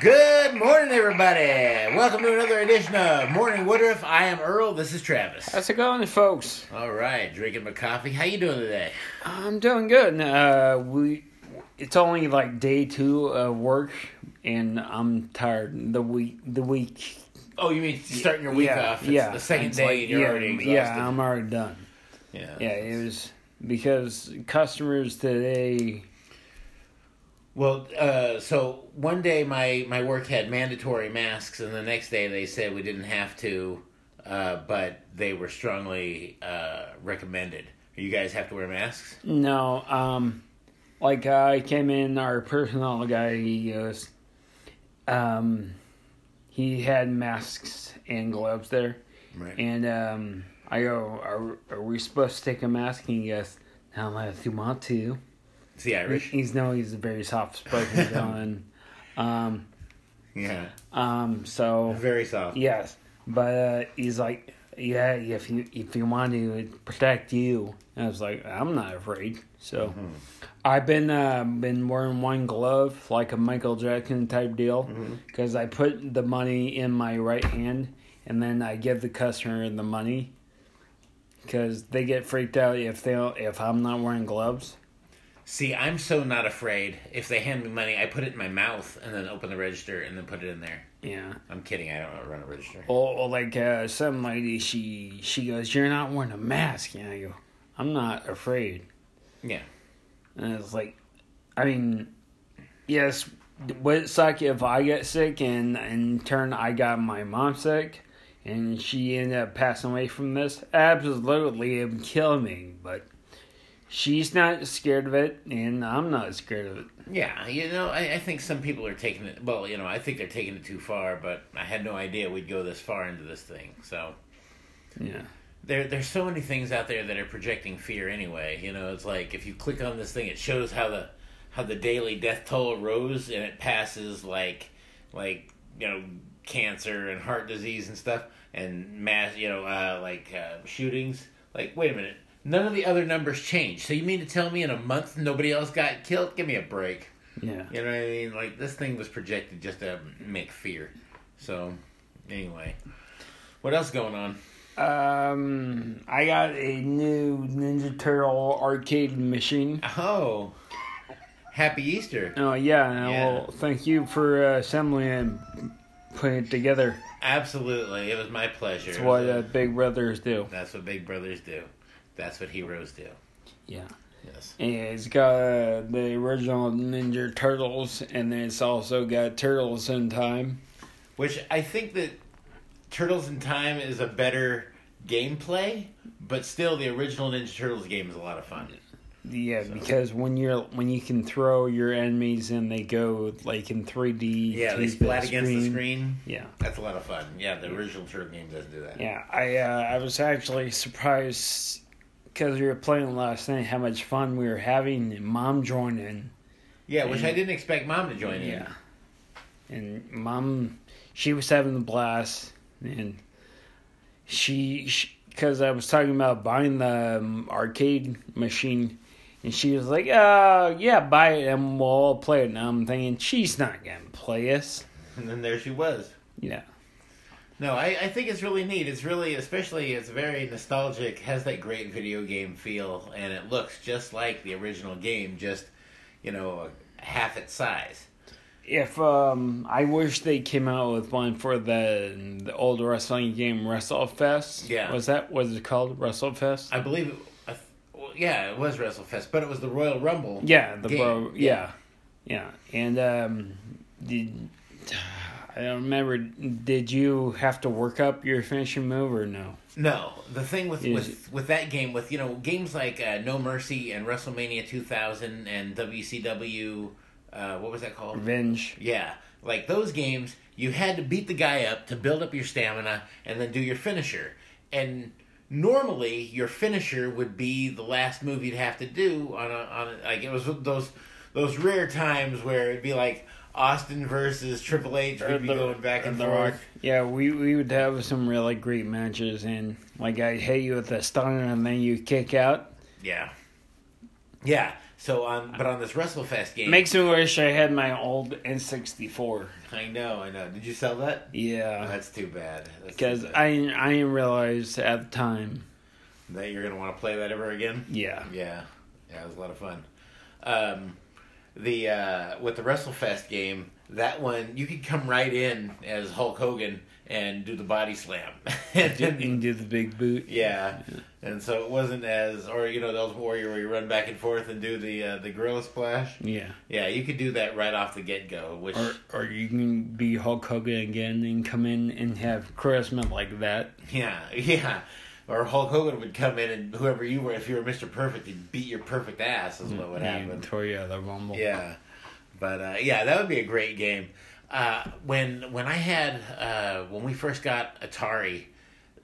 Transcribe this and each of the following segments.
Good morning, everybody. Welcome to another edition of Morning Woodruff. I am Earl. This is Travis. How's it going, folks? All right, drinking my coffee. How you doing today? I'm doing good. Uh, we, it's only like day two of work, and I'm tired. The week, the week. Oh, you mean starting your week yeah, off? It's yeah. the second It's day like- and you're yeah, already exhausted. Yeah, I'm already done. yeah. Yeah, it was because customers today. Well, uh, so one day my my work had mandatory masks, and the next day they said we didn't have to, uh, but they were strongly uh, recommended. You guys have to wear masks. No, um, like I came in, our personnel guy, he goes, um, he had masks and gloves there. Right. And um, I go, are, are we supposed to take a mask? And he goes, no, unless you want to. It's the Irish. He's no, he's a very soft spoken villain. Um, Yeah. um, so Very soft. yes, but uh, he's like, yeah, if you if you want to it protect you, and I was like, I'm not afraid. So I've been uh, been wearing one glove like a Michael Jackson type deal because I put the money in my right hand and then I give the customer the money because they get freaked out if they don't, if I'm not wearing gloves. See, I'm so not afraid. If they hand me money, I put it in my mouth and then open the register and then put it in there. Yeah. I'm kidding. I don't know how to run a register. Or, or like uh, some lady, she she goes, "You're not wearing a mask," and I go, "I'm not afraid." Yeah. And it's like, I mean, yes, would it suck if I get sick and in turn I got my mom sick, and she ended up passing away from this? Absolutely, it would kill me. But she's not scared of it, and I'm not scared of it. Yeah, you know, I, I think some people are taking it. Well, you know, I think they're taking it too far, but I had no idea we'd go this far into this thing. So Yeah. there, there's so many things out there that are projecting fear anyway. You know, it's like if you click on this thing, it shows how the how the daily death toll rose, and it passes like like you know cancer and heart disease and stuff, and mass you know uh, like uh, shootings. Like, wait a minute, none of the other numbers change. So you mean to tell me in a month nobody else got killed? Give me a break. Yeah. You know what I mean? Like this thing was projected just to make fear. So, anyway, what else going on? Um, I got a new Ninja Turtle arcade machine. Oh, Happy Easter! Oh yeah, and Yeah. well, thank you for uh, assembling and putting it together. Absolutely, it was my pleasure. That's what uh, big brothers do. That's what big brothers do. That's what heroes do. Yeah, Yes. and it's got uh, the original Ninja Turtles, and then it's also got Turtles in Time. Which I think that Turtles in Time is a better gameplay, but still, the original Ninja Turtles game is a lot of fun. Yeah, because when you're when you can throw your enemies and they go like in three D. Yeah, they splat against the screen. Yeah. That's a lot of fun. Yeah, the original turtle game doesn't do that. Yeah, I uh, I was actually surprised because we were playing last night how much fun we were having, and Mom joined in. Yeah, which I didn't expect Mom to join in. Yeah, and Mom, she was having a blast, and she because I was talking about buying the um, arcade machine, and she was like, "Uh, yeah, buy it, and we'll all play it." And I'm thinking she's not gonna play us. And then there she was. Yeah, No, I, I think it's really neat. It's really, especially, it's very nostalgic, has that great video game feel, and it looks just like the original game, just, you know, half its size. if um, I wish they came out with one for the the old wrestling game WrestleFest. Yeah. was that was it called WrestleFest? I believe, it, I th- well, yeah, it was WrestleFest, but it was the Royal Rumble. Yeah, the game. bro. Yeah, yeah, and um, did I don't remember? Did you have to work up your finishing move or no? No, the thing with Is- with, with that game, with you know games like uh, No Mercy and WrestleMania 2000 and WCW, uh, what was that called? Revenge. Yeah, like those games, you had to beat the guy up to build up your stamina and then do your finisher. And normally, your finisher would be the last move you'd have to do on a, on a, like it was those those rare times where it'd be like Austin versus Triple H, Or we'd be The- going back and The forth. Rock. Yeah, we we would have some really great matches, and like I'd hit you with a stunner, and then you kick out. Yeah, yeah. So on, but on this WrestleFest game, Makes me wish I had my old N64. I know, I know. Did you sell that? Oh, Yeah. that's too bad. That's too Because bad. I, I didn't realize at the time. that you're gonna want to play that ever again. Yeah. Yeah, yeah, it was a lot of fun. Um, the uh, with the WrestleFest game, that one you could come right in as Hulk Hogan and do the body slam. Didn't do the big boot. yeah, and so it wasn't as or you know the Ultimate Warrior where you run back and forth and do the uh, the gorilla splash. Yeah. Yeah, you could do that right off the get go, which Or, or you can be Hulk Hogan again and come in and have charisma like that. Yeah, yeah. Or Hulk Hogan would come in and whoever you were, if you were Mr. Perfect, he'd beat your perfect ass, is what would and happen. throw you out of the rumble. Yeah, but uh, yeah, that would be a great game. Uh, when when I had uh, when we first got Atari,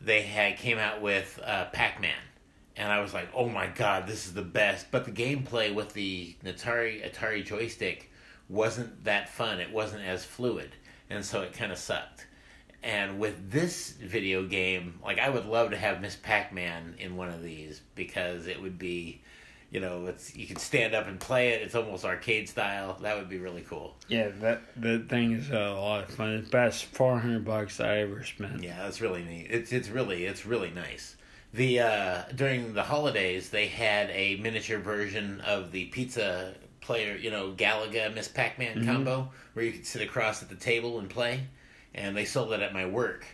they had came out with uh, Pac Man, and I was like, oh my god, this is the best. But the gameplay with the Atari Atari joystick wasn't that fun. It wasn't as fluid, and so it kind of sucked. And with this video game, like I would love to have Miss Pac Man in one of these because it would be you know, it's you can stand up and play it. It's almost arcade style. That would be really cool. Yeah, that that thing is a lot of fun. It's best four hundred bucks I ever spent. Yeah, that's really neat. It's it's really it's really nice. The uh during the holidays they had a miniature version of the pizza player, you know, Galaga Miss Pac-Man combo where you could sit across at the table and play and they sold it at my work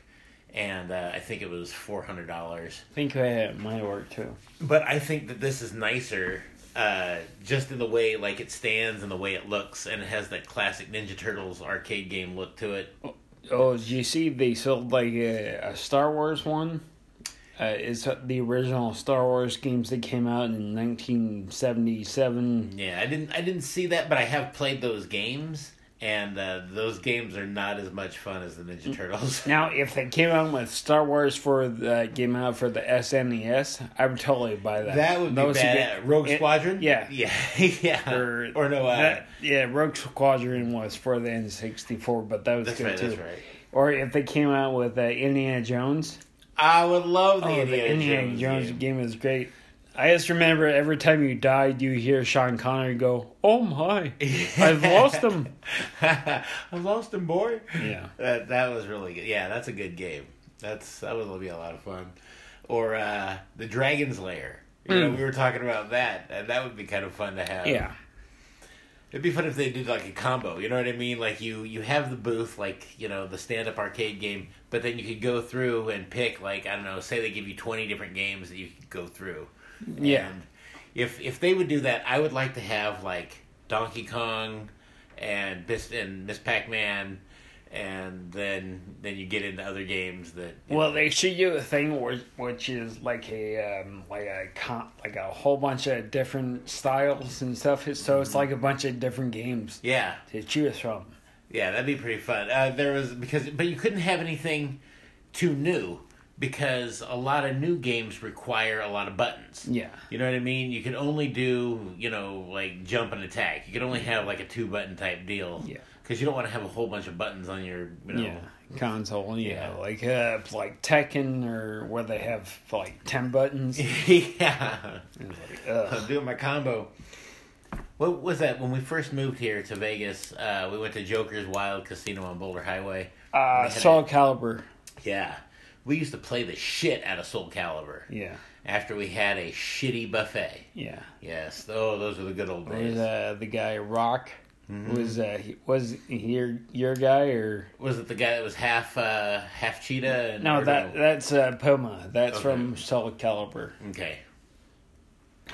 and uh, I think it was $400. I think I had my work too. But I think that this is nicer, uh, just in the way like it stands and the way it looks, and it has that classic Ninja Turtles arcade game look to it. Oh, did you see they sold like a, a Star Wars one? Uh, it's the original Star Wars games that came out in nineteen seventy seven. Yeah, I didn't I didn't see that, but I have played those games, and uh, those games are not as much fun as the Ninja Mm. Turtles. Now, if they came out with Star Wars for the came out for the SNES, I would totally buy that. that would be was a bad. good- Rogue it- Squadron. yeah. yeah, yeah. Or, no, uh, that- yeah, Rogue Squadron was for the N sixty four, but that was that's good right. too. That's right. Or if they came out with uh, Indiana Jones, I would love the oh, Indiana, the Indiana Jones Jones game. game is great. I just remember every time you died, you hear Sean Connery go, "Oh my, I've lost him." I lost him, boy. Yeah. That that was really good. Yeah, that's a good game. That's that would be a lot of fun. Or uh the Dragon's Lair. You know, we were talking about that, and that would be kind of fun to have. Hmm. Yeah, It'd be fun if they did like a combo. You know what I mean? Like you you have the booth, like you know the stand up arcade game, but then you could go through and pick like I don't know. Say they give you twenty different games that you could go through. Yeah. And if if they would do that, I would like to have like Donkey Kong, and Miss and Miss Pac Man, and then then you get into other games that. Well, they should do a thing where, which is like a um, like a comp, like a whole bunch of different styles and stuff. So it's like a bunch of different games Yeah. to choose from. Yeah, that'd be pretty fun. Uh, there was because, but you couldn't have anything too new because a lot of new games require a lot of buttons. Yeah. You know what I mean? You could only do you know like jump and attack. You could only have like a two button type deal. Yeah. Because you don't want to have a whole bunch of buttons on your you know. Yeah, console. Yeah, Yeah. like uh, like Tekken or where they have like ten buttons. uh, yeah. Ugh. I'm doing my combo. What was that when we first moved here to Vegas? Uh, we went to Joker's Wild Casino on Boulder Highway. Uh, Soul Calibur. Yeah. We used to play the shit out of Soul Calibur. Yeah, after we had a shitty buffet. yeah. Yes, oh, those were the good old days. There's uh, the guy Rock. Was uh, he- was he your your guy or Was it the guy that was half uh, half cheetah? And no? or That that's uh, Puma. That's Okay. from Soul Calibur. okay.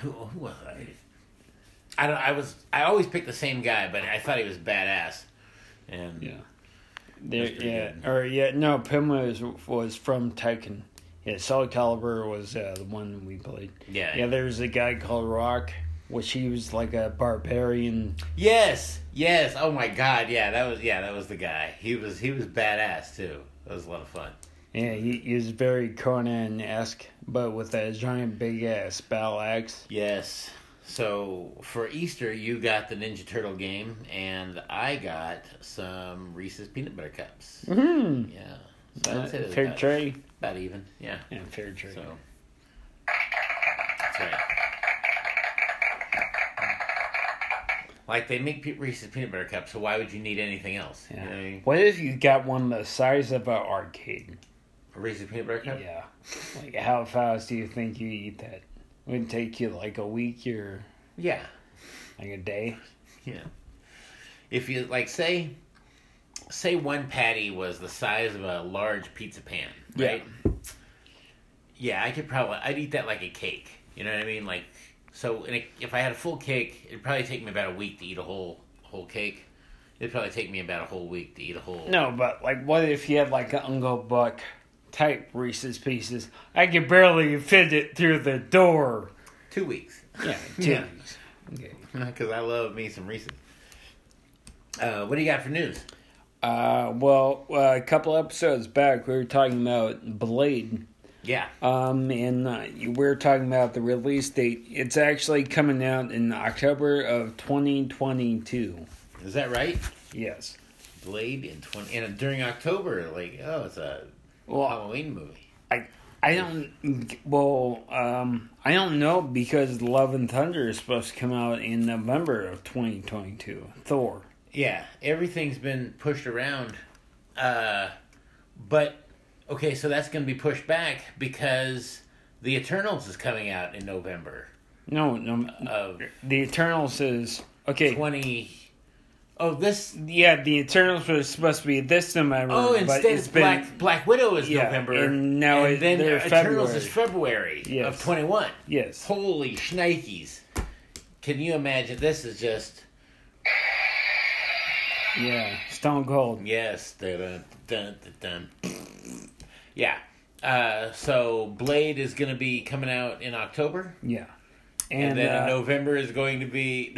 Who, who was I? I don't. I was. I always picked the same guy, but I thought he was badass. And Yeah. There, pretty yeah, good. or yeah, no, Puma was, was from Tekken. Yeah, Solid Calibur was uh, the one we played. Yeah. yeah. There was a guy called Rock, which he was like a barbarian. yes, yes. Oh my God, yeah. That was yeah. That was the guy. He was he was badass too. That was a lot of fun. Yeah, he, he was very Conan esque, but with a giant big ass battle axe. Yes. So for Easter, you got the Ninja Turtle game, and I got some Reese's peanut butter cups. Hmm. Yeah. So Uh, I'd say it was fair about, trade. about even. Yeah. Yeah, fair trade. So that's right. Like they make pe- Reese's peanut butter cups, so why would you need anything else? You know what I Yeah. mean? What if you got one the size of an arcade? A Reese's peanut butter cup. Yeah. Like, how fast do you think you eat that? Would it take you like a week or Yeah. like a day? Yeah. If you like say say one patty was the size of a large pizza pan, Yeah. right? Yeah, I could probably I'd eat that like a cake. You know what I mean? Like so in a, if I had a full cake, it'd probably take me about a week to eat a whole whole cake. It'd probably take me about a whole week to eat a whole No, but like, what if you had like an Uncle Buck type Reese's Pieces? I could barely fit it through the door. two weeks. Yeah, Yeah. titties. Okay. Because I love me some Reese's. Uh, what do you got for news? Uh, well, uh, a couple episodes back, we were talking about Blade, Yeah. um, and uh, we were talking about the release date. It's actually coming out in October of 2022. Is that right? Yes. Blade in twenty and during October, like oh it's a Well, Halloween movie. I I don't well um I don't know because Love and Thunder is supposed to come out in November of 2022. Thor. Yeah, everything's been pushed around. Uh, but okay, so that's going to be pushed back because the Eternals is coming out in November No, no of The Eternals is okay. twenty. Oh, this. Yeah, the Eternals was supposed to be this November. Oh, Mm, but instead it's of Black Black Widow is Yeah, November, and now it- then they're Eternals is February Yes. of twenty one. yes. Holy shnikes! Can you imagine? This is just Yeah, Stone Cold. Yes. Dun, dun, dun, dun. Yeah. Uh, so Blade is going to be coming out in October, Yeah, and, and, then in uh, November is going to be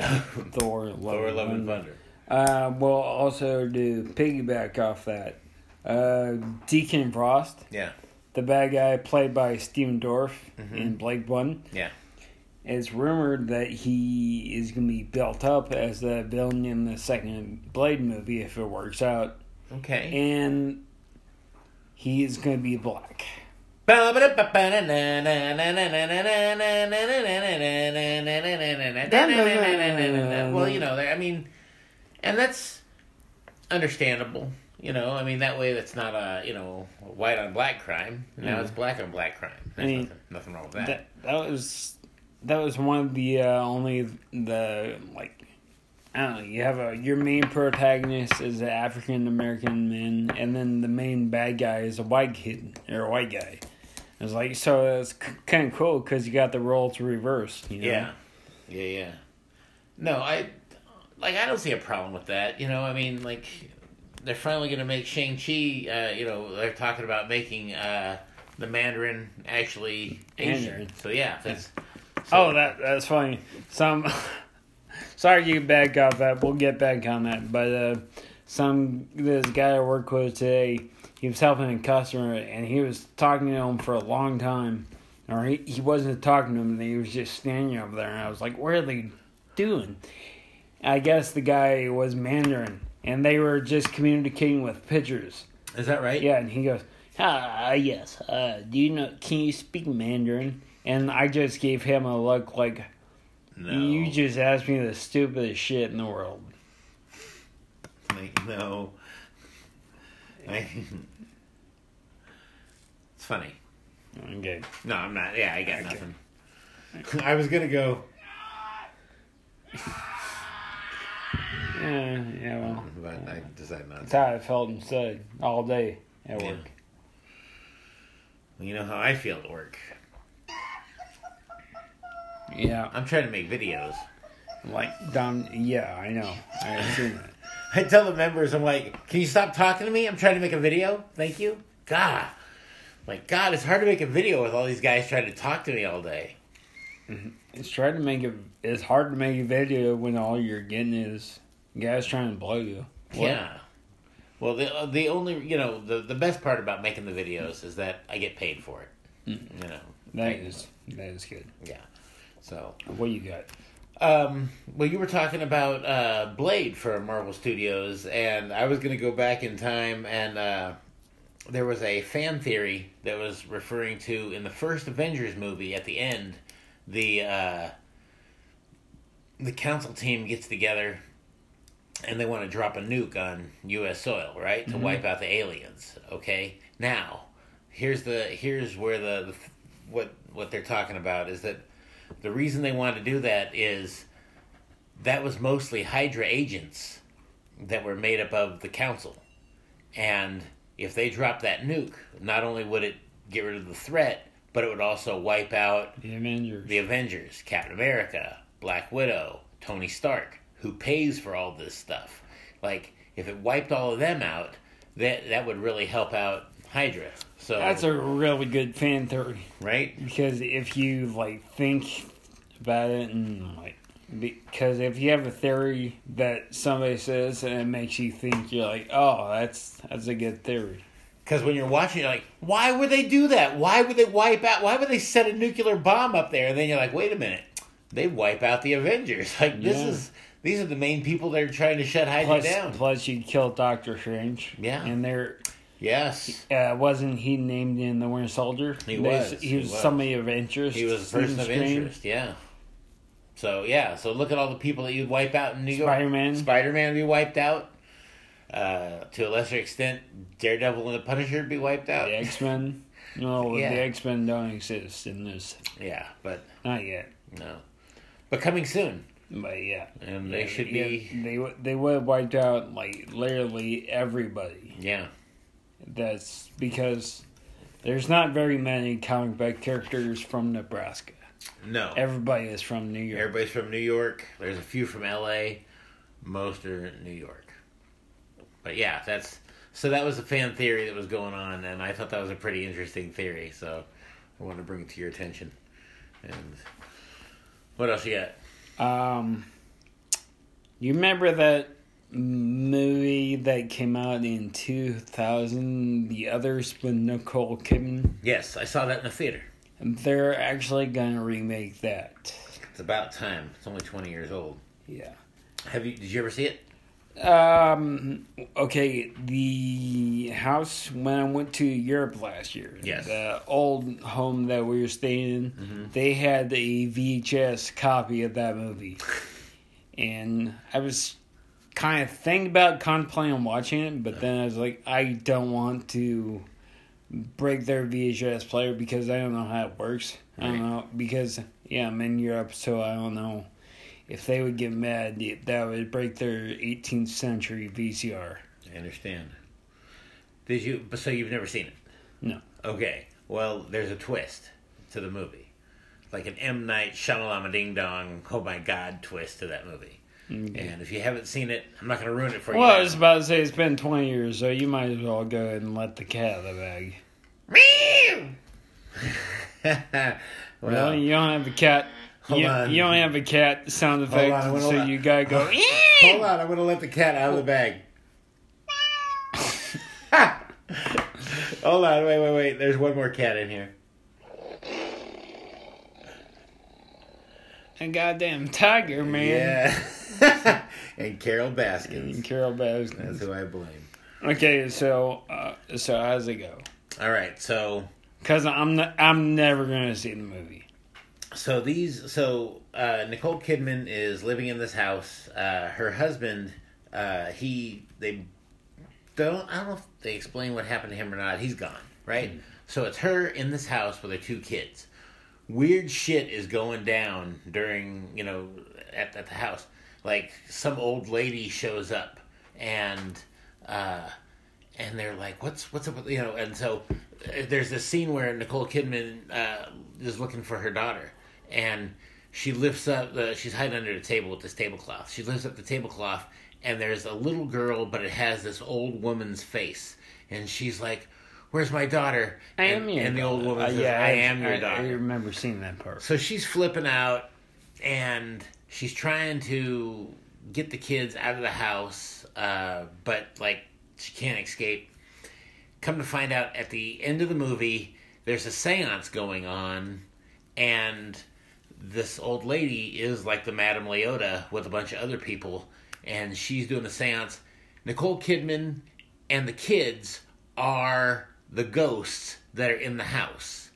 Thor. Love Thor: and Love and Thunder. Thunder. Uh, we'll also do piggyback off that. Uh, Deacon Frost, Yeah. the bad guy played by Steven Dorff Mm-hmm. in Blade One, Yeah. it's rumored that he is going to be built up as the villain in the second Blade movie if it works out, Okay. and he is going to be black. Well, you know, I mean, and that's understandable. You know, I mean, that way that's not a you know white on black crime. Now it's black on black crime. There's mean, nothing, nothing wrong with that. That that was that was one of the uh, only the like I don't know. You have a your main protagonist is an African American man, and then the main bad guy is a white kid or a white guy. It's like so it's c- kind of cool because you got the roles reversed. You know? Yeah. Yeah, yeah. No, I like I don't see a problem with that. You know, I mean like they're finally gonna make Shang Chi, uh, you know, they're talking about making uh the Mandarin actually Asian. Mandarin. So yeah, that's Oh, that that's funny. Some sorry you back off that. We'll get back on that. But uh, some this guy I work with today, he was helping a customer and he was talking to him for a long time. Or he, he wasn't talking to him, he was just standing over there and I was like, What are they doing? I guess the guy was Mandarin and they were just communicating with pictures. Is that right? Yeah, and he goes, ah, yes. Uh, do you know? Can you speak Mandarin? And I just gave him a look like No. you just asked me the stupidest shit in the world. Like, no. I, it's funny. Okay. No, I'm not. Yeah, I got nothing. I was gonna go, Yeah, yeah. Well, but I decided not that's to. how I felt instead all day at Yeah. work. You know how I feel at work. Yeah, I'm trying to make videos. like dumb. Yeah, I know. I seen that. I tell the members, I'm like, can you stop talking to me? I'm trying to make a video. Thank you. God. Like, God, it's hard to make a video with all these guys trying to talk to me all day. It's trying to make it. It's hard to make a video when all you're getting is guys trying to blow you. What? Yeah. Well, the uh, the only you know the the best part about making the videos is that I get paid for it. You know. That is that is good. Yeah. So, What you got? um, well, you were talking about uh, Blade for Marvel Studios, and I was going to go back in time, and uh, there was a fan theory that was referring to in the first Avengers movie at the end, the uh, the council team gets together and they want to drop a nuke on U.S. soil, right, to wipe out the aliens. Okay, now here's the here's where the, the what what they're talking about is that the reason they wanted to do that is that was mostly Hydra agents that were made up of the council, and if they dropped that nuke, not only would it get rid of the threat, but it would also wipe out The Avengers. the Avengers, Captain America, Black Widow, Tony Stark, who pays for all this stuff. Like, if it wiped all of them out, that that would really help out Hydra. So That's a really good fan theory right. because if you like think about it and like because if you have a theory that somebody says and it makes you think, you're like, oh, that's that's a good theory. Because when you're watching, you're like, why would they do that? Why would they wipe out? Why would they set a nuclear bomb up there? And then you're like, wait a minute, they wipe out the Avengers. Like this Yeah. is these are the main people that are trying to shut Hydra Plus, down. plus you kill Doctor Strange. Yeah. and there Yes, uh, wasn't he named in the Winter Soldier? He They- was, He he was was. somebody of interest. he was a person of Strange. interest. Yeah. So yeah, so look at all the people that you'd wipe out in New York. Spider-Man. Spider Man be wiped out. Uh, to a lesser extent, Daredevil and the Punisher be wiped out. the X Men. No, Yeah. the X Men don't exist in this. Yeah, but Not yet. no. But coming soon. But yeah, And they Yeah, should yeah, be. They would- they would have wiped out like literally everybody. Yeah. That's because there's not very many comic book characters from Nebraska. No. Everybody is from New York. Everybody's from New York. There's a few from LA. Most are New York. But yeah, that's. So that was a fan theory that was going on, and I thought that was a pretty interesting theory, so I wanted to bring it to your attention. And what else you got? Um, you remember that movie that came out in two thousand, The Others with Nicole Kidman? Yes, I saw that in the theater. They're actually gonna remake that. It's about time. It's only 20 years old. Yeah. Have you? Did you ever see it? Um. Okay. The house when I went to Europe last year. Yes. The old home that we were staying in, they had a VHS copy of that movie, and I was kind of thinking about contemplating watching it, but then I was like, I don't want to break their VHS player because I don't know how it works. I don't Right. know because yeah, I'm in Europe, so I don't know if they would get mad, that would break their 18th century VCR. I understand. Did you? but So you've never seen it? No. Okay. Well, there's a twist to the movie, like an M Night Shyamalama Ding Dong. Oh my God! Twist to that movie. And if you haven't seen it, I'm not going to ruin it for Well, I you. was about to say it's been 20 years, so you might as well go ahead and let the cat out of the bag. now. No, well, you don't have a cat. Hold you, on. you don't have a cat sound effect, on, I wanna so let- you gotta go. hold on. I'm going to let the cat out of the bag. hold on. Wait, wait, wait. There's one more cat in here. a goddamn tiger, man. Yeah. and Carol Baskins. And Carol That's Baskins. who I blame. Okay, so uh, so how's it go? All right, so Cause I'm not, I'm never gonna see the movie. so these so uh, Nicole Kidman is living in this house. Uh, her husband, uh, he they don't I don't know if they explain what happened to him or not. He's gone, right? Hmm. So it's her in this house with her two kids. Weird shit is going down during you know at at the house. Like some old lady shows up and. uh and they're like, "What's what's up?" with-" You know, and so uh, there's this scene where Nicole Kidman uh, is looking for her daughter, and she lifts up the she's hiding under the table with this tablecloth. She lifts up the tablecloth, and there's a little girl, but it has this old woman's face, and she's like, "Where's my daughter?" I and, am your and the daughter. old woman Uh, says, yeah, "I am your I daughter." remember seeing that part. So she's flipping out, and she's trying to get the kids out of the house, uh, but like she can't escape. Come to find out, at the end of the movie, there's a séance going on, and this old lady is like the Madame Leota with a bunch of other people, and she's doing the séance. Nicole Kidman and the kids are the ghosts that are in the house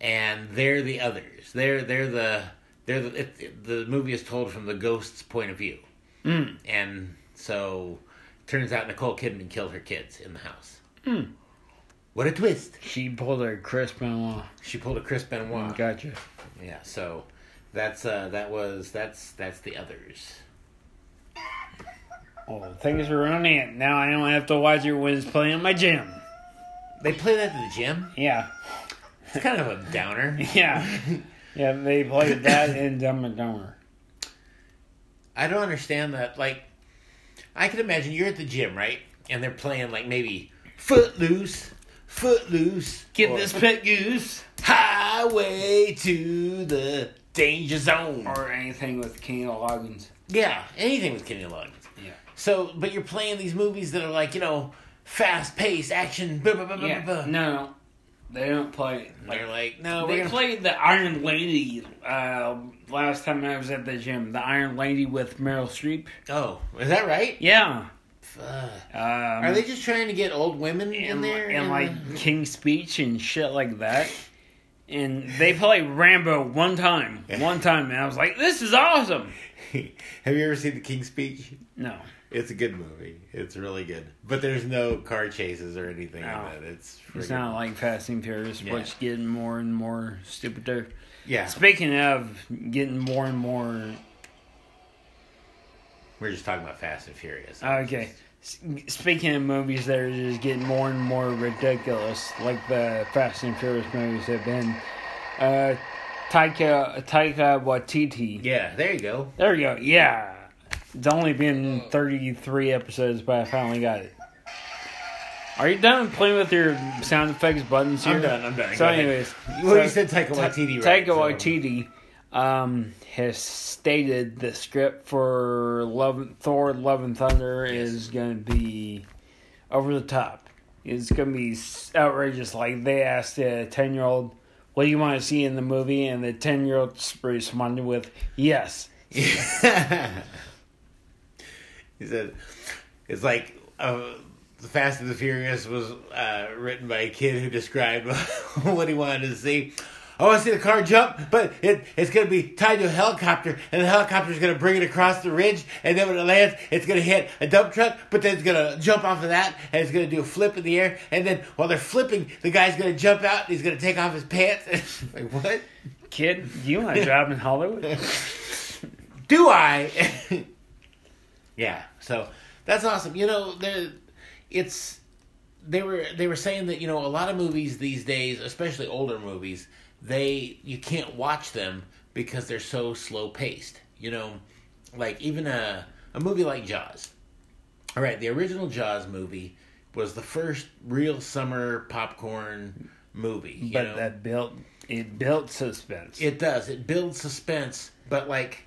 and they're the others. They're they're the they're the, it, it- the movie is told from the ghost's point of view, Hmm. mm. and so turns out Nicole Kidman killed her kids in the house. Hmm. What a twist! She pulled her Chris Benoit. She pulled a Chris Benoit. Gotcha. Yeah, so that's uh that was that's that's the others. Oh, things are ruining it. Now I don't have to watch it when it's playing at my gym. They play that at the gym. Yeah. It's kind of a downer. Yeah. yeah, they played that in Dumb and Dumber. I don't understand that. Like, I can imagine you're at the gym, right? And they're playing like maybe Footloose, Footloose, Get or this pit goose. Highway to the Danger Zone. Or anything with Kenny Loggins. yeah, anything with Kenny Loggins. Yeah. So, but you're playing these movies that are like you know fast paced action. Blah, blah, blah, blah, Yeah. blah, No, no. They don't play. blah. They're like, no, we're They gonna played the Iron Lady uh, last time I was at the gym. The Iron Lady with Meryl Streep. Oh, is that right? Yeah. Fuck. Um, Are they just trying to get old women in and, there? and in like King's Speech and shit like that. And they played Rambo one time, one time, and I was like, "This is awesome." the- have you ever seen The King's Speech? No, It's a good movie. It's really good, but there's no car chases or anything No. in it. It's it's friggin- not like Fast and Furious, Yeah. which getting more and more stupider. yeah. Speaking of getting more and more We're just talking about Fast and Furious. Okay. S- Speaking of movies that are just getting more and more ridiculous, like the Fast and Furious movies have been, uh, Taika Taika Waititi. Yeah, there you go. There we go. Yeah, it's only been thirty three episodes, but I finally got it. Are you done playing with your sound effects buttons here? I'm done. I'm done. So, Go ahead. anyways, Well, you so- said Taika Waititi. right, Taika so- Waititi um, has stated the script for Love, Thor: Love and Thunder is going to be over the top. It's going to be s- outrageous. Like they asked a ten-year-old, "What do you want to see in the movie?" and the ten-year-old responded with, "Yes." he said, "It's like uh, the Fast and the Furious was uh, written by a kid who described what he wanted to see." I want to see the car jump, but it, it's going to be tied to a helicopter, and the helicopter's going to bring it across the ridge, and then when it lands, it's going to hit a dump truck, but then it's going to jump off of that, and it's going to do a flip in the air, and then while they're flipping, the guy's going to jump out, and he's going to take off his pants. like, what? Kid, do you want a job in Hollywood? Do I? yeah. So that's awesome. You know, there, it's they were they were saying that you know a lot of movies these days, especially older movies, they you can't watch them because they're so slow paced. You know, like even a a movie like Jaws. All right, the original Jaws movie was the first real summer popcorn movie. You But know? that built it built suspense. It does. It builds suspense, but like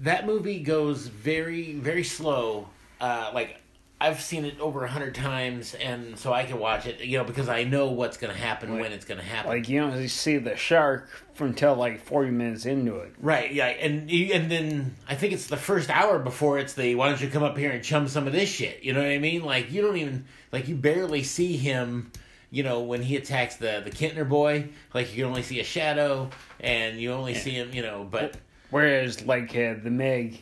that movie goes very, very slow. Uh, like I've seen it over a hundred times, and so I can watch it, you know, because I know what's going to happen when it's going to happen. like you don't see the shark until like forty minutes into it. right? Yeah, and you, and then I think it's the first hour before it's the why don't you come up here and chum some of this shit? You know what I mean? Like you don't even like you barely see him. You know when he attacks the the Kintner boy, like you can only see a shadow, and you only see him. You know, but. Whereas, like uh, the Meg,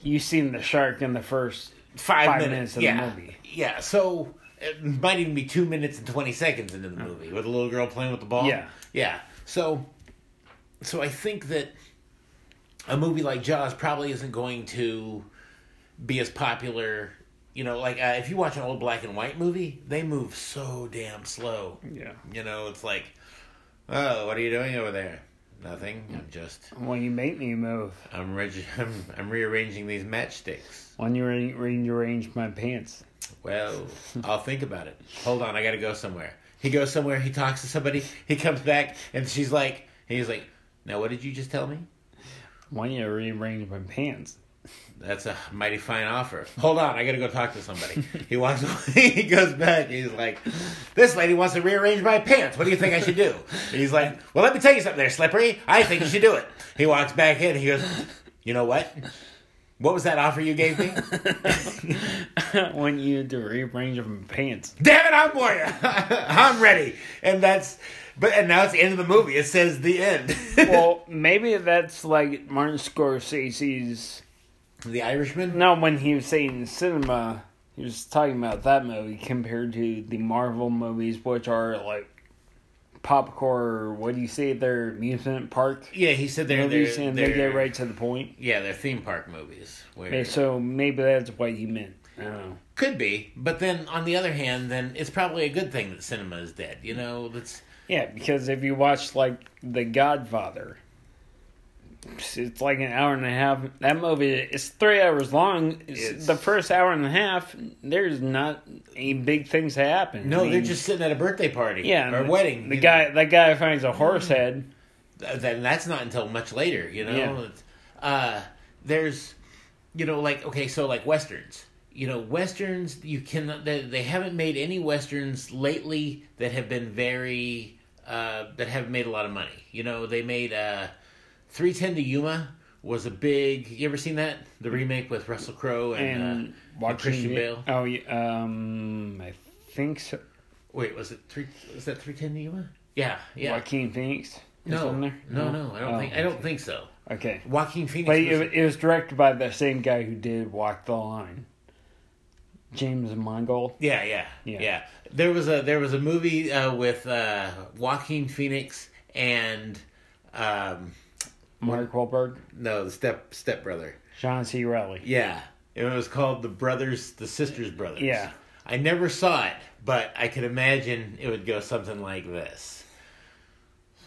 you seen the shark in the first. five, Five minutes, minutes of the yeah. movie. Yeah, so it might even be two minutes and twenty seconds into the movie with a little girl playing with the ball. Oh. Yeah. yeah. So, so I think that a movie like Jaws probably isn't going to be as popular. You know, like uh, if you watch an old black and white movie, they move so damn slow. Yeah. You know, it's like, oh, what are you doing over there? Nothing. I'm just When you make me move, I'm reg- I'm I'm rearranging these matchsticks. when you re- rearrange my pants. Well, I'll think about it. Hold on, I gotta go somewhere. He goes somewhere, he talks to somebody, he comes back, and she's like, and he's like, now what did you just tell me? When you rearrange my pants. That's a mighty fine offer. Hold on, I gotta go talk to somebody. He walks away, he goes back, he's like, this lady wants to rearrange my pants. What do you think I should do? And he's like, well, let me tell you something there, Slippery. I think you should do it. He walks back in, he goes, you know what? What was that offer you gave me? when you to rearrange my pants. damn it, I'm warrior. I'm ready. And that's But and now it's the end of the movie. It says the end. well, maybe that's like Martin Scorsese's. the Irishman. No, when he was saying cinema, he was talking about that movie compared to the Marvel movies, which are like popcorn. What do you say? They're amusement park Yeah, he said they're movies, they're, and they they're- get right to the point. Yeah, they're theme park movies. Where And so maybe that's what he meant. I don't know. could be, but then on the other hand, then it's probably a good thing that cinema is dead. You know, that's Yeah, because if you watch like The Godfather, it's like an hour and a half. That movie it's three hours long. It's- It's- the first hour and a half, there's not any big things that happen. no, I mean, they're just sitting at a birthday party. yeah, and or the- wedding. The you Mm-hmm. guy, that guy finds a horse know. head. then that's not until much later. You know, Yeah. It's- uh, there's, you know, like okay, so like westerns. You know, westerns. You cannot. They, they haven't made any westerns lately that have been very uh, that have made a lot of money. You know, they made uh, Three Ten to Yuma was a big. You ever seen that? The remake with Russell Crowe and, and uh, Joaquin Christian Phoenix- Bale. Oh, yeah, um, I think so. Wait, was it three? Was that three ten to Yuma? Yeah, yeah. Joaquin Phoenix. is no, on no, there? no, I don't Oh, think. I don't think so. Okay, Joaquin Phoenix. but was- it, it was directed by the same guy who did Walk the Line, James Mangold. yeah, yeah, yeah, Yeah. There was a there was a movie uh, with uh, Joaquin Phoenix and um, Mark Wahlberg, no, the step step brother. John C. Reilly. Yeah, it was called the Brothers, the Sisters Brothers. Yeah. I never saw it, but I could imagine it would go something like this.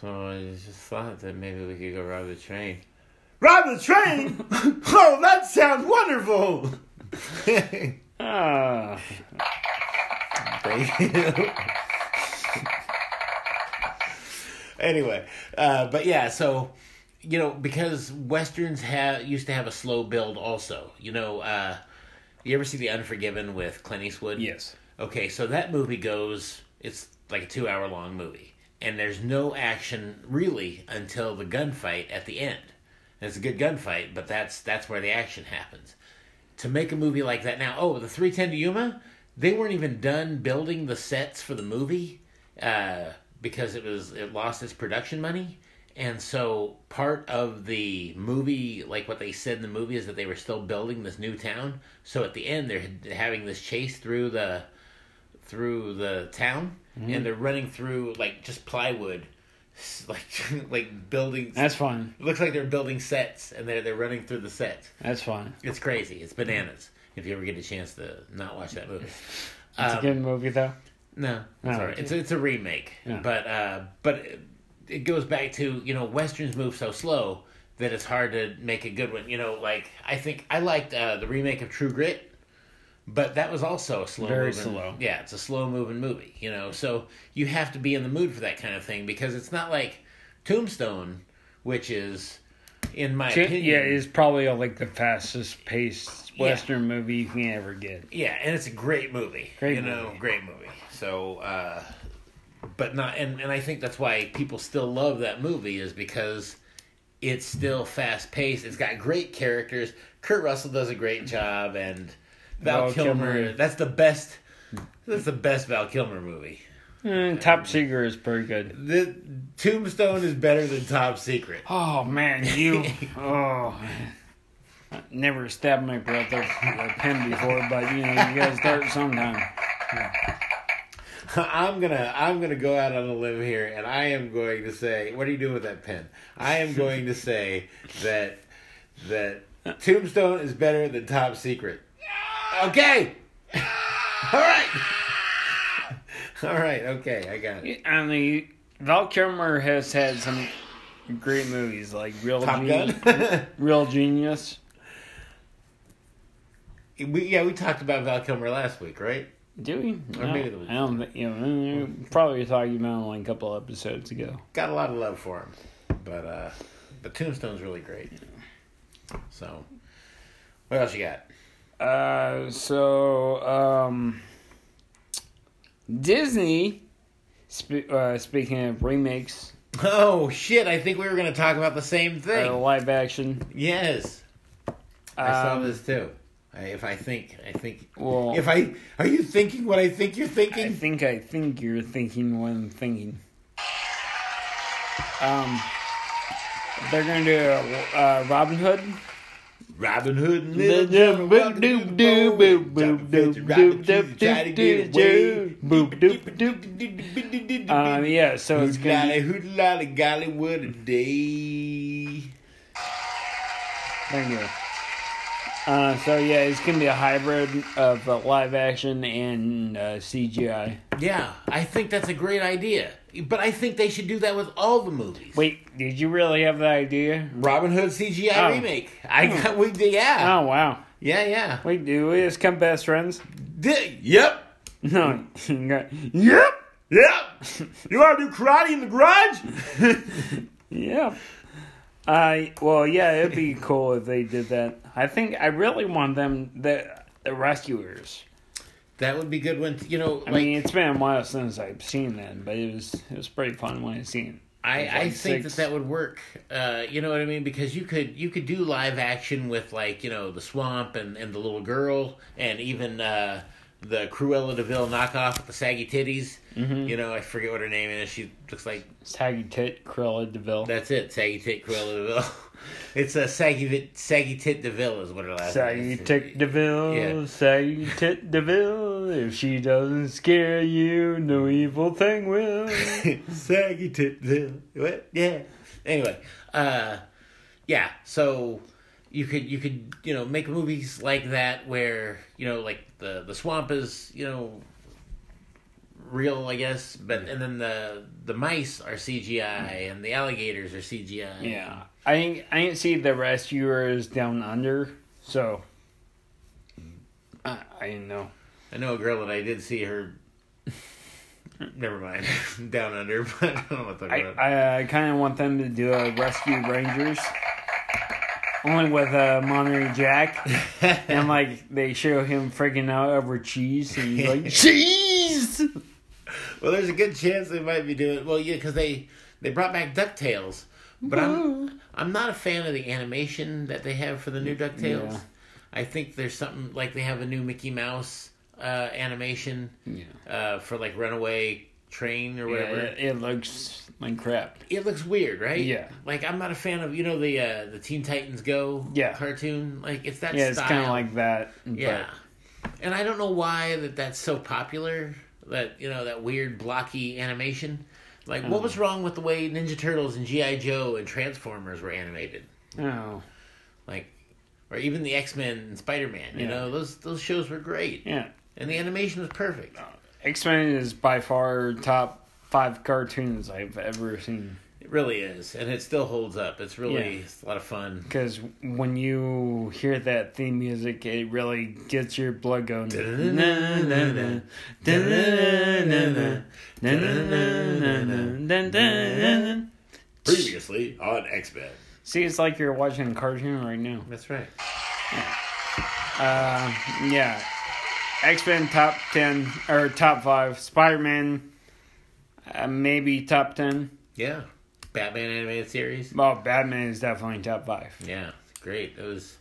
So I just thought that maybe we could go rob the train. Rob the train? oh, that sounds wonderful! Thank Ah, you. anyway, uh, but yeah, so you know because westerns have used to have a slow build. Also, you know, uh, you ever see The Unforgiven with Clint Eastwood? yes. Okay, so that movie goes, it's like a two hour long movie. And there's no action really until the gunfight at the end. And it's a good gunfight, but that's that's where the action happens. To make a movie like that now, oh, the 310 to Yuma, they weren't even done building the sets for the movie uh, because it was it lost its production money. And so part of the movie, like what they said in the movie, is that they were still building this new town. So at the end, they're having this chase through the through the town, and they're running through like just plywood, s- like like buildings. That's fine. it looks like they're building sets, and they're they're running through the sets. That's fine. It's crazy. It's bananas. If you ever get a chance to not watch that movie, It's a good movie though. no, it's No. all right. It's it's a remake, Yeah. but uh, but it, it goes back to you know westerns move so slow that it's hard to make a good one. You know, like I think I liked uh, the remake of True Grit, but that was also a slow, Very moving- slow. Yeah, it's a slow moving movie. You know, so you have to be in the mood for that kind of thing because it's not like Tombstone, which is, in my Ju- opinion, Yeah, it's probably uh, like the fastest paced Yeah. western movie you can ever get. Yeah, and it's a great movie. Great you know, movie. great movie. So, uh, but not, and, and I think that's why people still love that movie is because it's still fast paced. It's got great characters. Kurt Russell does a great job, and Val Val Kilmer, Kilmer. That's the best. That's the best Val Kilmer movie. Mm, Top Secret is pretty good. The Tombstone is better than Top Secret. Oh man, you. oh. I never stabbed my brother with a pen before, but you know you gotta start sometime. I'm gonna I'm gonna go out on a limb here, and I am going to say, what are you doing with that pen? I am going to say that that Tombstone is better than Top Secret. Okay. All right. All right. Okay. I got it. I mean, Val Kilmer has had some great movies like Real Top Genius, Gun. Real Genius. we, yeah, we talked about Val Kilmer last week, right? Do we? Or No, maybe there was- I don't think you know. we Probably talking about it like a couple episodes ago. Got a lot of love for him, but uh, but Tombstone's really great. So, what else you got? Uh, so um, Disney. Sp- uh, speaking of remakes, Oh shit! I think we were gonna talk about the same thing. uh, live action. Yes, I saw um, this too. I, if I think, I think. Well, If I are you thinking what I think you're I thinking? think I think you're thinking what I'm thinking. Um, they're gonna do a, uh, Robin Hood. Robin Hood and Little John walked into the fold. Robin Hood and Robin Hood tried to get away. Um, yeah, so it's gonna be, hoot lolly golly what a day. thank you. Uh, so yeah, it's gonna be a hybrid of uh, live action and uh, CGI. Yeah, I think that's a great idea. But I think they should do that with all the movies. Wait, did you really have that idea? Robin Hood CGI Oh. remake. I got we yeah. Oh wow! Yeah, yeah. Wait, do we just come best friends? Di- yep. No. yep. Yep. You want to do karate in the garage? Yeah. I well, yeah, it'd be cool if they did that. I think I really want them the the rescuers. that would be good when you know I like mean, it's been a while since I've seen that, but it was it was pretty fun when I seen. it. I, I like think six. that that would work. Uh, you know what I mean? Because you could you could do live action with like you know the swamp and, and the little girl and even uh, the Cruella Deville knockoff with the saggy titties. Mm-hmm. You know I forget what her name is. She looks like Saggy Tit, Cruella Deville. that's it. Saggy tit Cruella Deville. it's a saggy Vit- saggy tit Deville is what her last name Saggy is. Tit Deville, Yeah. Saggy Tit Deville. If she doesn't scare you, no evil thing will. saggy tit Deville. What? Yeah. Anyway, uh, yeah so you could you could you know make movies like that where you know like the the swamp is you know real i guess but and then the the mice are cgi and the alligators are cgi yeah, I ain't, I ain't see the rescuers down under, so I I didn't know. i know a girl that i did see her never mind down under but i don't know what to talk I uh, about I, I kind of want them to do a Rescue Rangers, only with uh, Monterey Jack, and like they show him freaking out over cheese, and he's like cheese. well there's a good chance they might be doing well yeah because they they brought back ducktales but i'm i'm not a fan of the animation that they have for the new ducktales Yeah. i think there's something like they have a new mickey mouse uh animation Yeah, uh for like runaway train or whatever it, it looks like crap. it looks weird, right? Yeah. Like I'm not a fan of you know the uh the Teen Titans Go Yeah. cartoon. Like it's that Yeah, it's style. kind of like that. but- Yeah. And I don't know why that that's so popular. That you know that weird blocky animation. Like what was wrong with the way Ninja Turtles and GI Joe and Transformers were animated? oh, Like, or even the X Men and Spider Man. You Yeah. know those those shows were great, yeah. and the animation was perfect. X Men is by far top five cartoons I've ever seen. It really is, and it still holds up. It's really Yeah. it's a lot of fun. Because when you hear that theme music, it really gets your blood going. Da-da-da-da-da. Da-da-da-da-da. Da-da-da-da-da. Previously on X Men. See, it's like you're watching a cartoon right now. That's right. Uh, yeah. X Men top 10, or top 5. Spider Man, uh, maybe top 10. Yeah, Batman animated series. Well, Batman is definitely top 5. Yeah, it's great. It was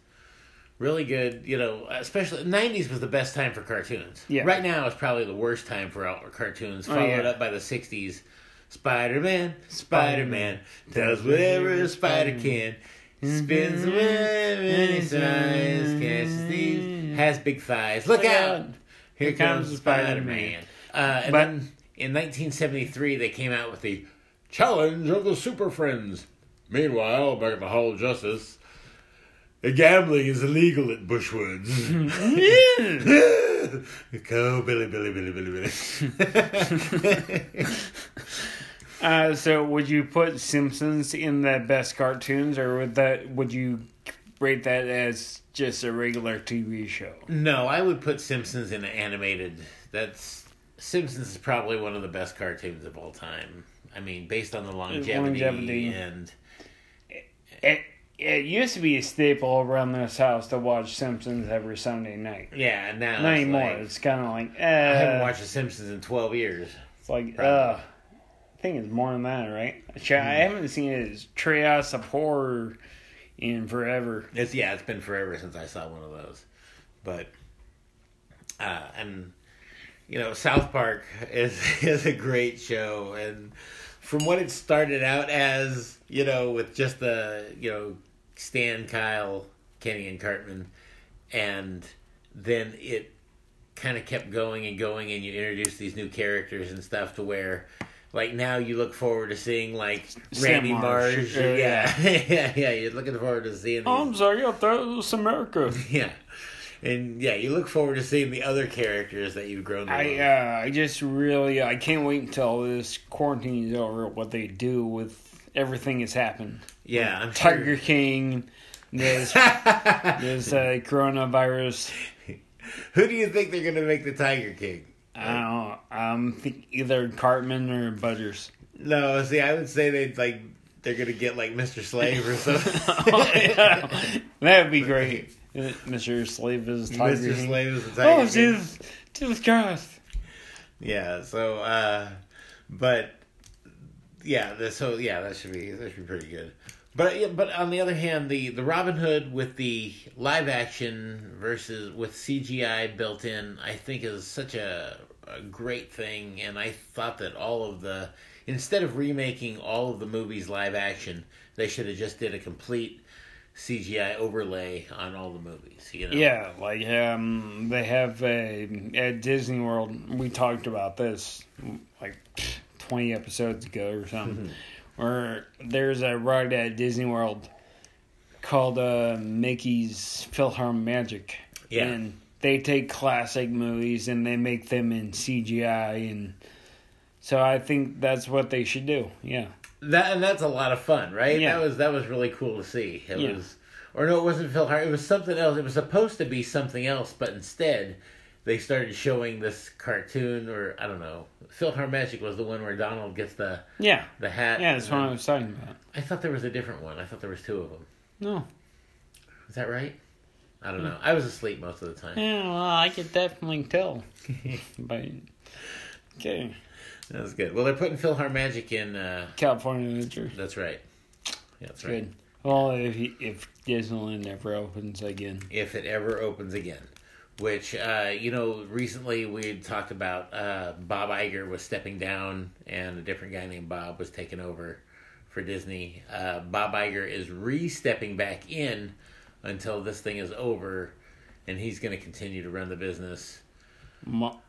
really good. You know, especially '90s was the best time for cartoons. Yeah. Right now is probably the worst time for outdoor cartoons, Oh, followed yeah. up by the '60s. Spider Man, Spider Man does whatever a spider can. Spins web any size, catches thieves, has big thighs. Look Look out! out. Here comes the Spider Man. Spider-Man. Uh, and But- then in 1973, they came out with the Challenge of the Super Friends. Meanwhile, back at the Hall of Justice, gambling is illegal at Bushwoods. Go, Billy, Billy, Billy, Billy, Billy. Uh, so would you put Simpsons in the best cartoons, or would that would you rate that as just a regular TV show? no, I would put Simpsons in animated. That's Simpsons is probably one of the best cartoons of all time. I mean, based on the longevity, Longevity. and It it used to be a staple around this house to watch Simpsons every Sunday night. yeah, and now Not it's anymore. like- it's kind of like I haven't eh. watched The Simpsons in twelve years. It's like uh, I think it's more than that, right? Shit, I Hmm. haven't seen it as Trios of Horror in forever. It's yeah, it's been forever since I saw one of those. But uh and you know, South Park is is a great show and from what it started out as, you know, with just the you know Stan, Kyle, Kenny, and Cartman, and then it kind of kept going and going, and you introduced these new characters and stuff to where. Like now, you look forward to seeing like Sam Randy Marsh, Oh, Marsh. yeah. Oh, Yeah, yeah, yeah. You're looking forward to seeing. these- I'm sorry, I thought it was America. yeah. And yeah, you look forward to seeing the other characters that you've grown to I love. uh, I just really I can't wait until this quarantine is over. What they do with everything that's happened, yeah, I'm Tiger King, this sure. this uh, coronavirus. Who do you think they're gonna make the Tiger King? I don't. know. I'm think either Cartman or Butters. No, see, I would say they would like they're gonna get like Mr. Slave or something. That'd be great. Mr. Slave is Tiger Mr. King. Slave is the Tiger Oh, King. Jesus, Jesus Christ! Yeah. So, uh, but yeah, this, so yeah, that should be that should be pretty good. But yeah, but on the other hand, the the Robin Hood with the live action versus with CGI built in, I think is such a a great thing, and I thought that all of the instead of remaking all of the movies live action, they should have just did a complete CGI overlay on all the movies. You know? Yeah, like um, they have a at Disney World. We talked about this like twenty episodes ago or something. where there's a ride at Disney World called uh, Mickey's Magic. Yeah. and they take classic movies and they make them in CGI, and so I think that's what they should do. Yeah. That and that's a lot of fun, right? Yeah. That was that was really cool to see. It Yeah. was, or no, it wasn't Phil Hart. It was something else. It was supposed to be something else, but instead, they started showing this cartoon, or I don't know. Phil Hart Magic was the one where Donald gets the Yeah. the hat. Yeah, that's and what I then- was talking about. I thought there was a different one. I thought there was two of them. No. Is that right? I don't know. I was asleep most of the time. Yeah, well, I could definitely tell. but okay, That was good. Well, they're putting Phil Hart Magic in. Uh, California Adventure. that's right. Yeah, that's right. Good. Well, if he, if Disneyland never opens again, if it ever opens again. Which, uh, you know, recently we had talked about uh, Bob Iger was stepping down and a different guy named Bob was taking over for Disney. Uh, Bob Iger is re stepping back in until this thing is over and he's going to continue to run the business mo-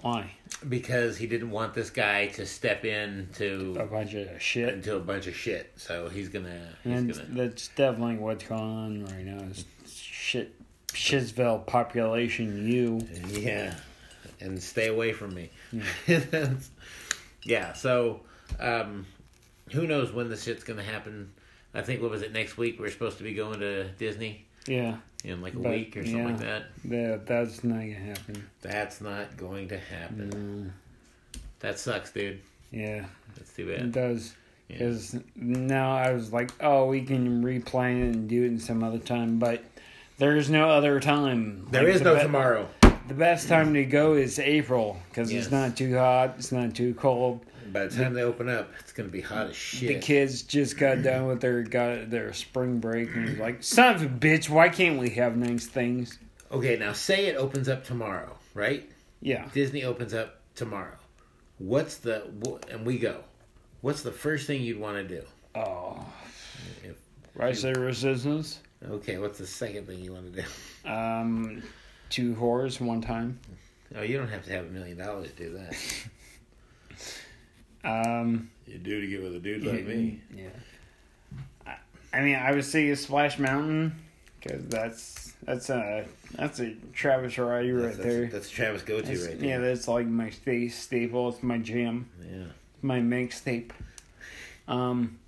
why because he didn't want this guy to step in a to. bunch of shit? Into a bunch of shit, so he's gonna. He's And gonna that's definitely what's going on right now. Is shit, Shitsville population. You Yeah, and stay away from me. Hmm. yeah. So, um, who knows when this shit's gonna happen? I think what was it next week? We're supposed to be going to Disney yeah, in like a But, week or something yeah. like that. that that's not gonna happen. That's not going to happen. Mm. That sucks, dude. Yeah, That's too bad. it does. Yeah. Because now I was like, oh, we can replan it and do it in some other time, but there is no other time. There Like, is the no be- tomorrow. The best time to go is April because Yes. it's not too hot, it's not too cold. By the time they open up, it's gonna be hot as The shit. kids just got done with their got their spring break and it's like, son of a bitch, why can't we have nice things? okay, now say it opens up tomorrow, right? Yeah, Disney opens up tomorrow. What's the wh- and we go? What's the first thing you'd want to do? oh, rice resistance. Okay, what's the second thing you want to do? Um, two whores one time. Oh, you don't have to have a million dollars to do that. Um. You do to get with a dude Yeah. I, I mean, I would say Splash Mountain because that's that's a that's a Travis Roddy right That's, there. that's, that's Travis go to That's- right Yeah, there. that's like my sta- staple. It's my jam, Yeah. my mixtape. Um,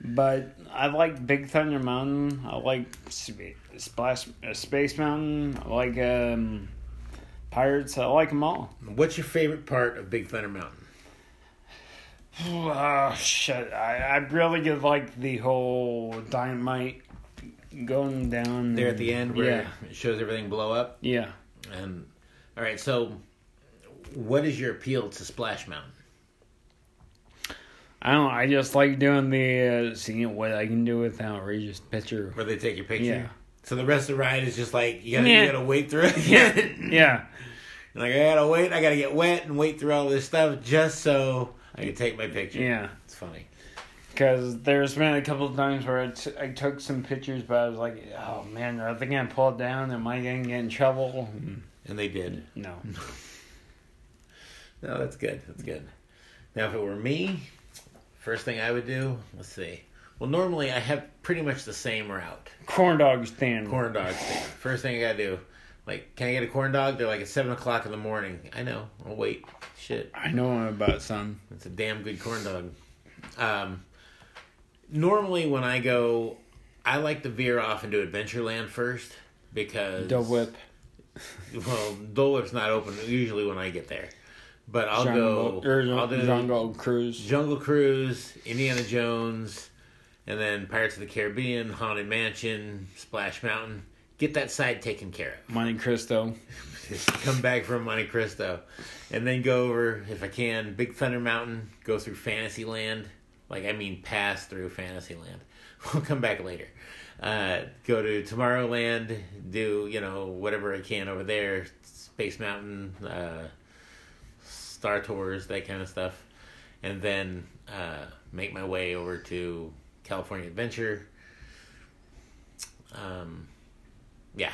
but I like Big Thunder Mountain. I like Sp- Splash uh, Space Mountain. I like um, Pirates. I like them all. What's your favorite part of Big Thunder Mountain? Oh shit! I I really get like the whole dynamite going down There at the and- end where Yeah, it shows everything blow up. yeah. And all right, so what is your appeal to Splash Mountain? I don't. I just like doing the uh, seeing what I can do with an outrageous picture. Where they take your picture. Yeah. So the rest of the ride is just like you gotta Yeah. you gotta wait through it. Yeah, Like I gotta wait, I gotta get wet and wait through all this stuff just so I I can take my picture. Yeah. It's funny. Because there's been a couple of times where I, t- I took some pictures, but I was like, oh man, are they going to pull it down? Am I going to get in trouble? And they did. No. No, that's good. That's good. Now, if it were me, first thing I would do, let's see. Well, normally I have pretty much the same route. Corn dog stand. Corn dog stand. First thing I gotta do, like, can I get a corn dog? They're like at 7 o'clock in the morning. I know. I'll wait. Shit. I know about some. It's a damn good corn dog. Um, normally, when I go, I like to veer off into Adventureland first because. Dole Whip. Well, Dole Whip's not open usually when I get there. But I'll Jungle, go. or I'll do- Jungle Cruise. Jungle Cruise, Indiana Jones, and then Pirates of the Caribbean, Haunted Mansion, Splash Mountain. Get that side taken care Monte Cristo. of. Just come back from Monte Cristo, and then go over if I can Big Thunder Mountain. Go through Fantasyland, like I mean, pass through Fantasyland. We'll come back later. Uh, go to Tomorrowland. Do you know whatever I can over there? Space Mountain. Uh, Star Tours, that kind of stuff, and then uh, make my way over to California Adventure. Um, yeah,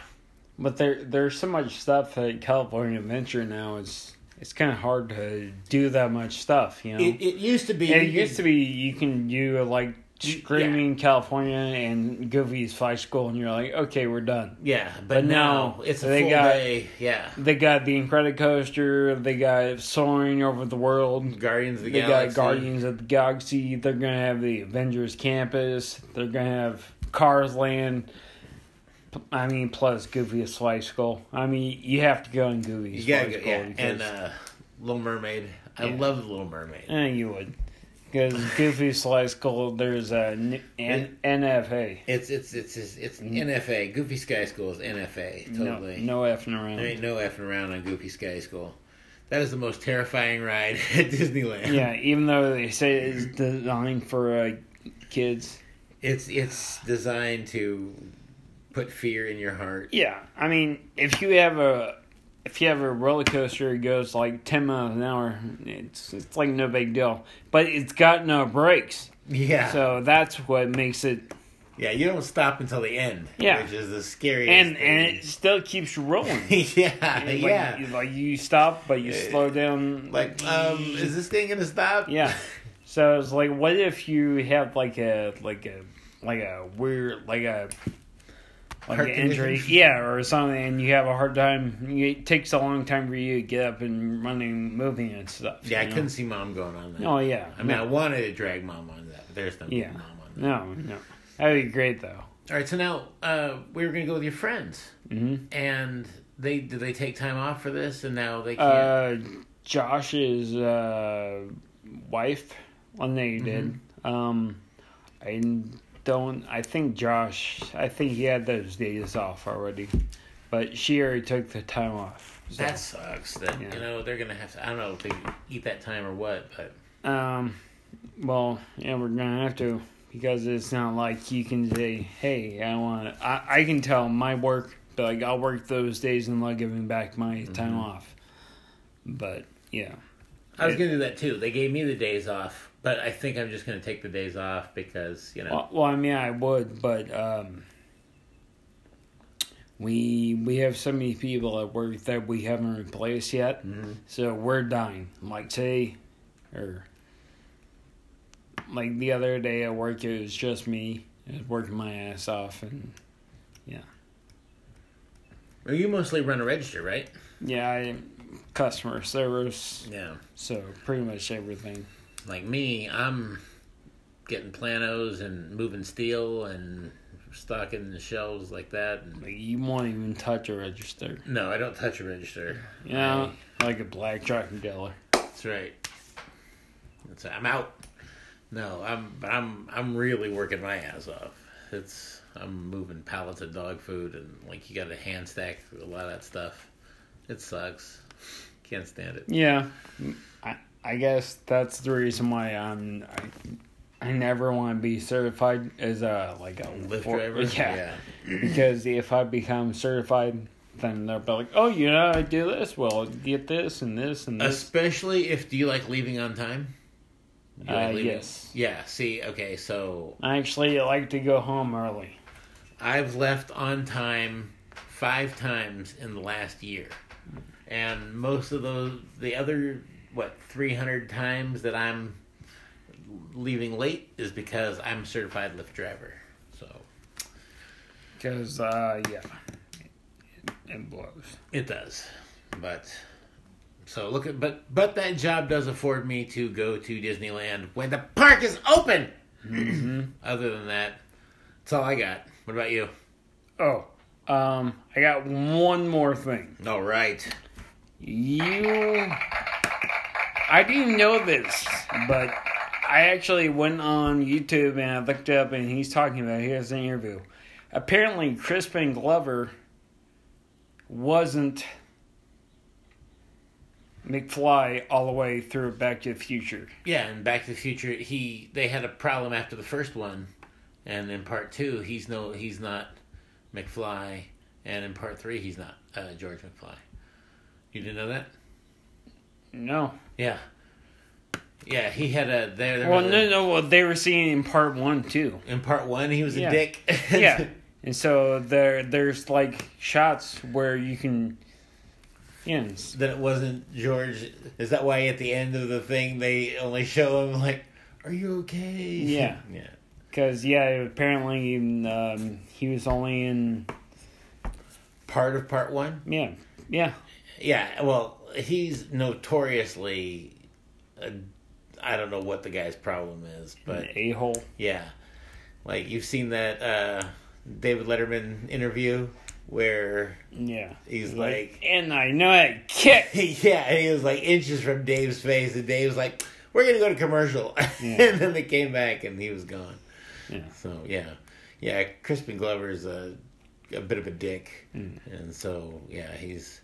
But there, there's so much stuff at California Adventure now. It's it's kind of hard to do that much stuff, you know. it, it used to be. it used to be you can do like screaming California and Goofy's Fly School, and you're like, okay, we're done. Yeah, but, But now, now it's a they full got- day. Yeah, They got the Incredicoaster. They got Soaring Over the World. Guardians of the They Galaxy. got Guardians of the Galaxy. They're gonna have the Avengers Campus. They're gonna have Cars Land. P- I mean, plus Goofy's Fly School. I mean, you have to go in Goofy's You gotta Fly go, School. yeah, and because- uh, Little Mermaid. I Yeah. love Little Mermaid. Eh, you would. Because Goofy Slice Gold, there's a n- n- NFA. It's it's it's it's, it's NFA. Goofy Sky School is NFA. Totally. Mm. No, no effing around. There ain't no effing around on Goofy Sky School. That is the most terrifying ride at Disneyland. Yeah, even though they say it's designed for uh, kids. It's it's designed to put fear in your heart. Yeah, I mean, if you have a if you have a roller coaster that goes like ten miles an hour, it's it's like no big deal. But it's got no brakes, Yeah. so that's what makes it. yeah, you don't stop until the end. Yeah. Which is the scariest And thing. and it still keeps rolling. yeah, Like, yeah. you- like you stop, but you Eh, slow down. Like, um, is this thing gonna stop? Yeah. So it's like, what if you have like a like a like a weird like a like Heart an injury, condition. yeah, or something, and you have a hard time. It takes a long time for you to get up and running, moving and stuff. Yeah, I you know? couldn't see mom going on that. Oh yeah. I mean, I wanted to drag mom on that, but there's no Yeah. mom on that. no, no, that'd be great though. All right, so now uh, we were gonna go with your friends, Mm-hmm. and they did they take time off for this, and now they can't. Uh, Josh's uh, wife, when they did, um, I don't. I think Josh. I think he had those days off already, but she already took the time off. So, That sucks. That Yeah. you know they're gonna have to. I don't know if they eat that time or what, but um, well, yeah, we're gonna have to because it's not like you can say, "Hey, I want." I I can tell my work, but like I'll work those days and like giving back my time off. But yeah, I was It- gonna do that too. They gave me the days off, but I think I'm just gonna take the days off because you know. Well, well, I mean, I would, but um, we we have so many people at work that we haven't replaced yet, Mhm. so we're dying. Like today, or like the other day at work, it was just me I was working my ass off, and Well, you mostly run a register, right? yeah, I, customer service, Yeah. so pretty much everything. Like me, I'm getting planos and moving steel and stocking the shelves like that. And, Like you won't even touch a register, no, I don't touch a register. you know, like a blackjack dealer. That's right. That's, I'm out. No, I'm but I'm I'm really working my ass off. It's I'm moving pallets of dog food and like you got to hand stack a lot of that stuff. It sucks. Can't stand it. Yeah, I I guess that's the reason why I'm I, I never want to be certified as a like a Lift for- driver. Yeah, because if I become certified, then they'll be like, oh, you know, I do this well, get this and this and this. Especially if do you like leaving on time? You like Uh, leaving- yes. Yeah. See. Okay. So I actually like to go home early. I've left on time five times in the last year, and most of those, the other what three hundred times that I'm leaving late is because I'm a certified Lyft driver. So Because, uh, yeah. It, it blows. it does, but. So look at but but that job does afford me to go to Disneyland when the park is open. Mm-hmm. Other than that, that's all I got. What about you? Oh, um, I got one more thing. All right. You. I didn't know this, but I actually went on YouTube and I looked up and he's talking about it. Here's an interview. Apparently, Crispin Glover wasn't McFly all the way through Back to the Future. Yeah, and Back to the Future, he they had a problem after the first one, and in part two, he's no he's not McFly, and in part three, he's not uh, George McFly. You didn't know that? No. Yeah, yeah. He had a there. there Well, was a- no, no. Well, they were seeing it in part one too. In part one, he was Yeah. a dick. yeah and so there there's like shots where you can yeah it's- that it wasn't George. Is that why at the end of the thing they only show him like, "Are you okay?" Yeah. yeah. because yeah apparently um, he was only in Part of part one. yeah yeah Yeah, well, he's notoriously. Uh, I don't know what the guy's problem is, but a hole yeah. Like, you've seen that uh, David Letterman interview where yeah he's like. and I know it kick Yeah, and he was like inches from Dave's face, and Dave was like, "We're gonna go to commercial," and then they came back, and he was gone. Yeah. So yeah, yeah, Crispin Glover's a a bit of a dick, Mm. and so yeah, he's.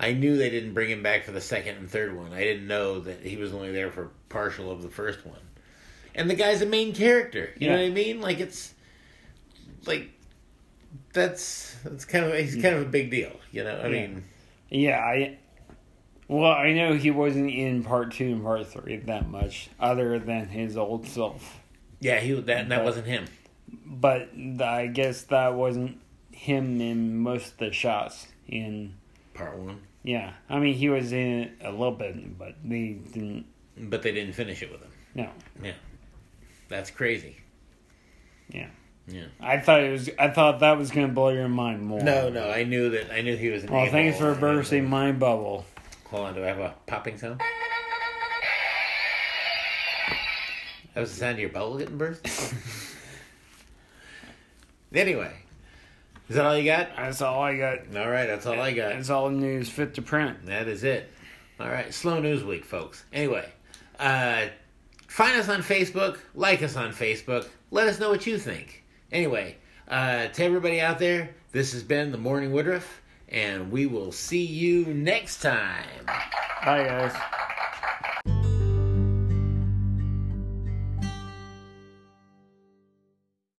I knew they didn't bring him back for the second and third one. I didn't know that he was only there for partial of the first one, and the guy's a main character. You know Yeah. what I mean? Like it's like that's that's kind of he's kind of a big deal. You know, I Mm. Yeah. mean. yeah I well I know he wasn't in part two and part three that much other than his old self Yeah, he that that wasn't him. but th- I guess that wasn't him in most of the shots in Part one, Yeah, I mean he was in it a little bit, but they didn't. but they didn't finish it with him. No, Yeah, that's crazy. yeah, Yeah. I thought it was. I thought that was gonna blow your mind more. No, no, I knew that. I knew he was. An Well, thanks for a-hole. bursting my bubble. Hold on, do I have a popping sound? That was the sound of your bubble getting burst. anyway, is that all you got? That's all I got. All right, that's all I got. That's all the news fit to print. That is it. All right, slow news week, folks. Anyway, uh, find us on Facebook, like us on Facebook, let us know what you think. Anyway, uh, to everybody out there, this has been the Morning Woodruff, and we will see you next time. Bye guys.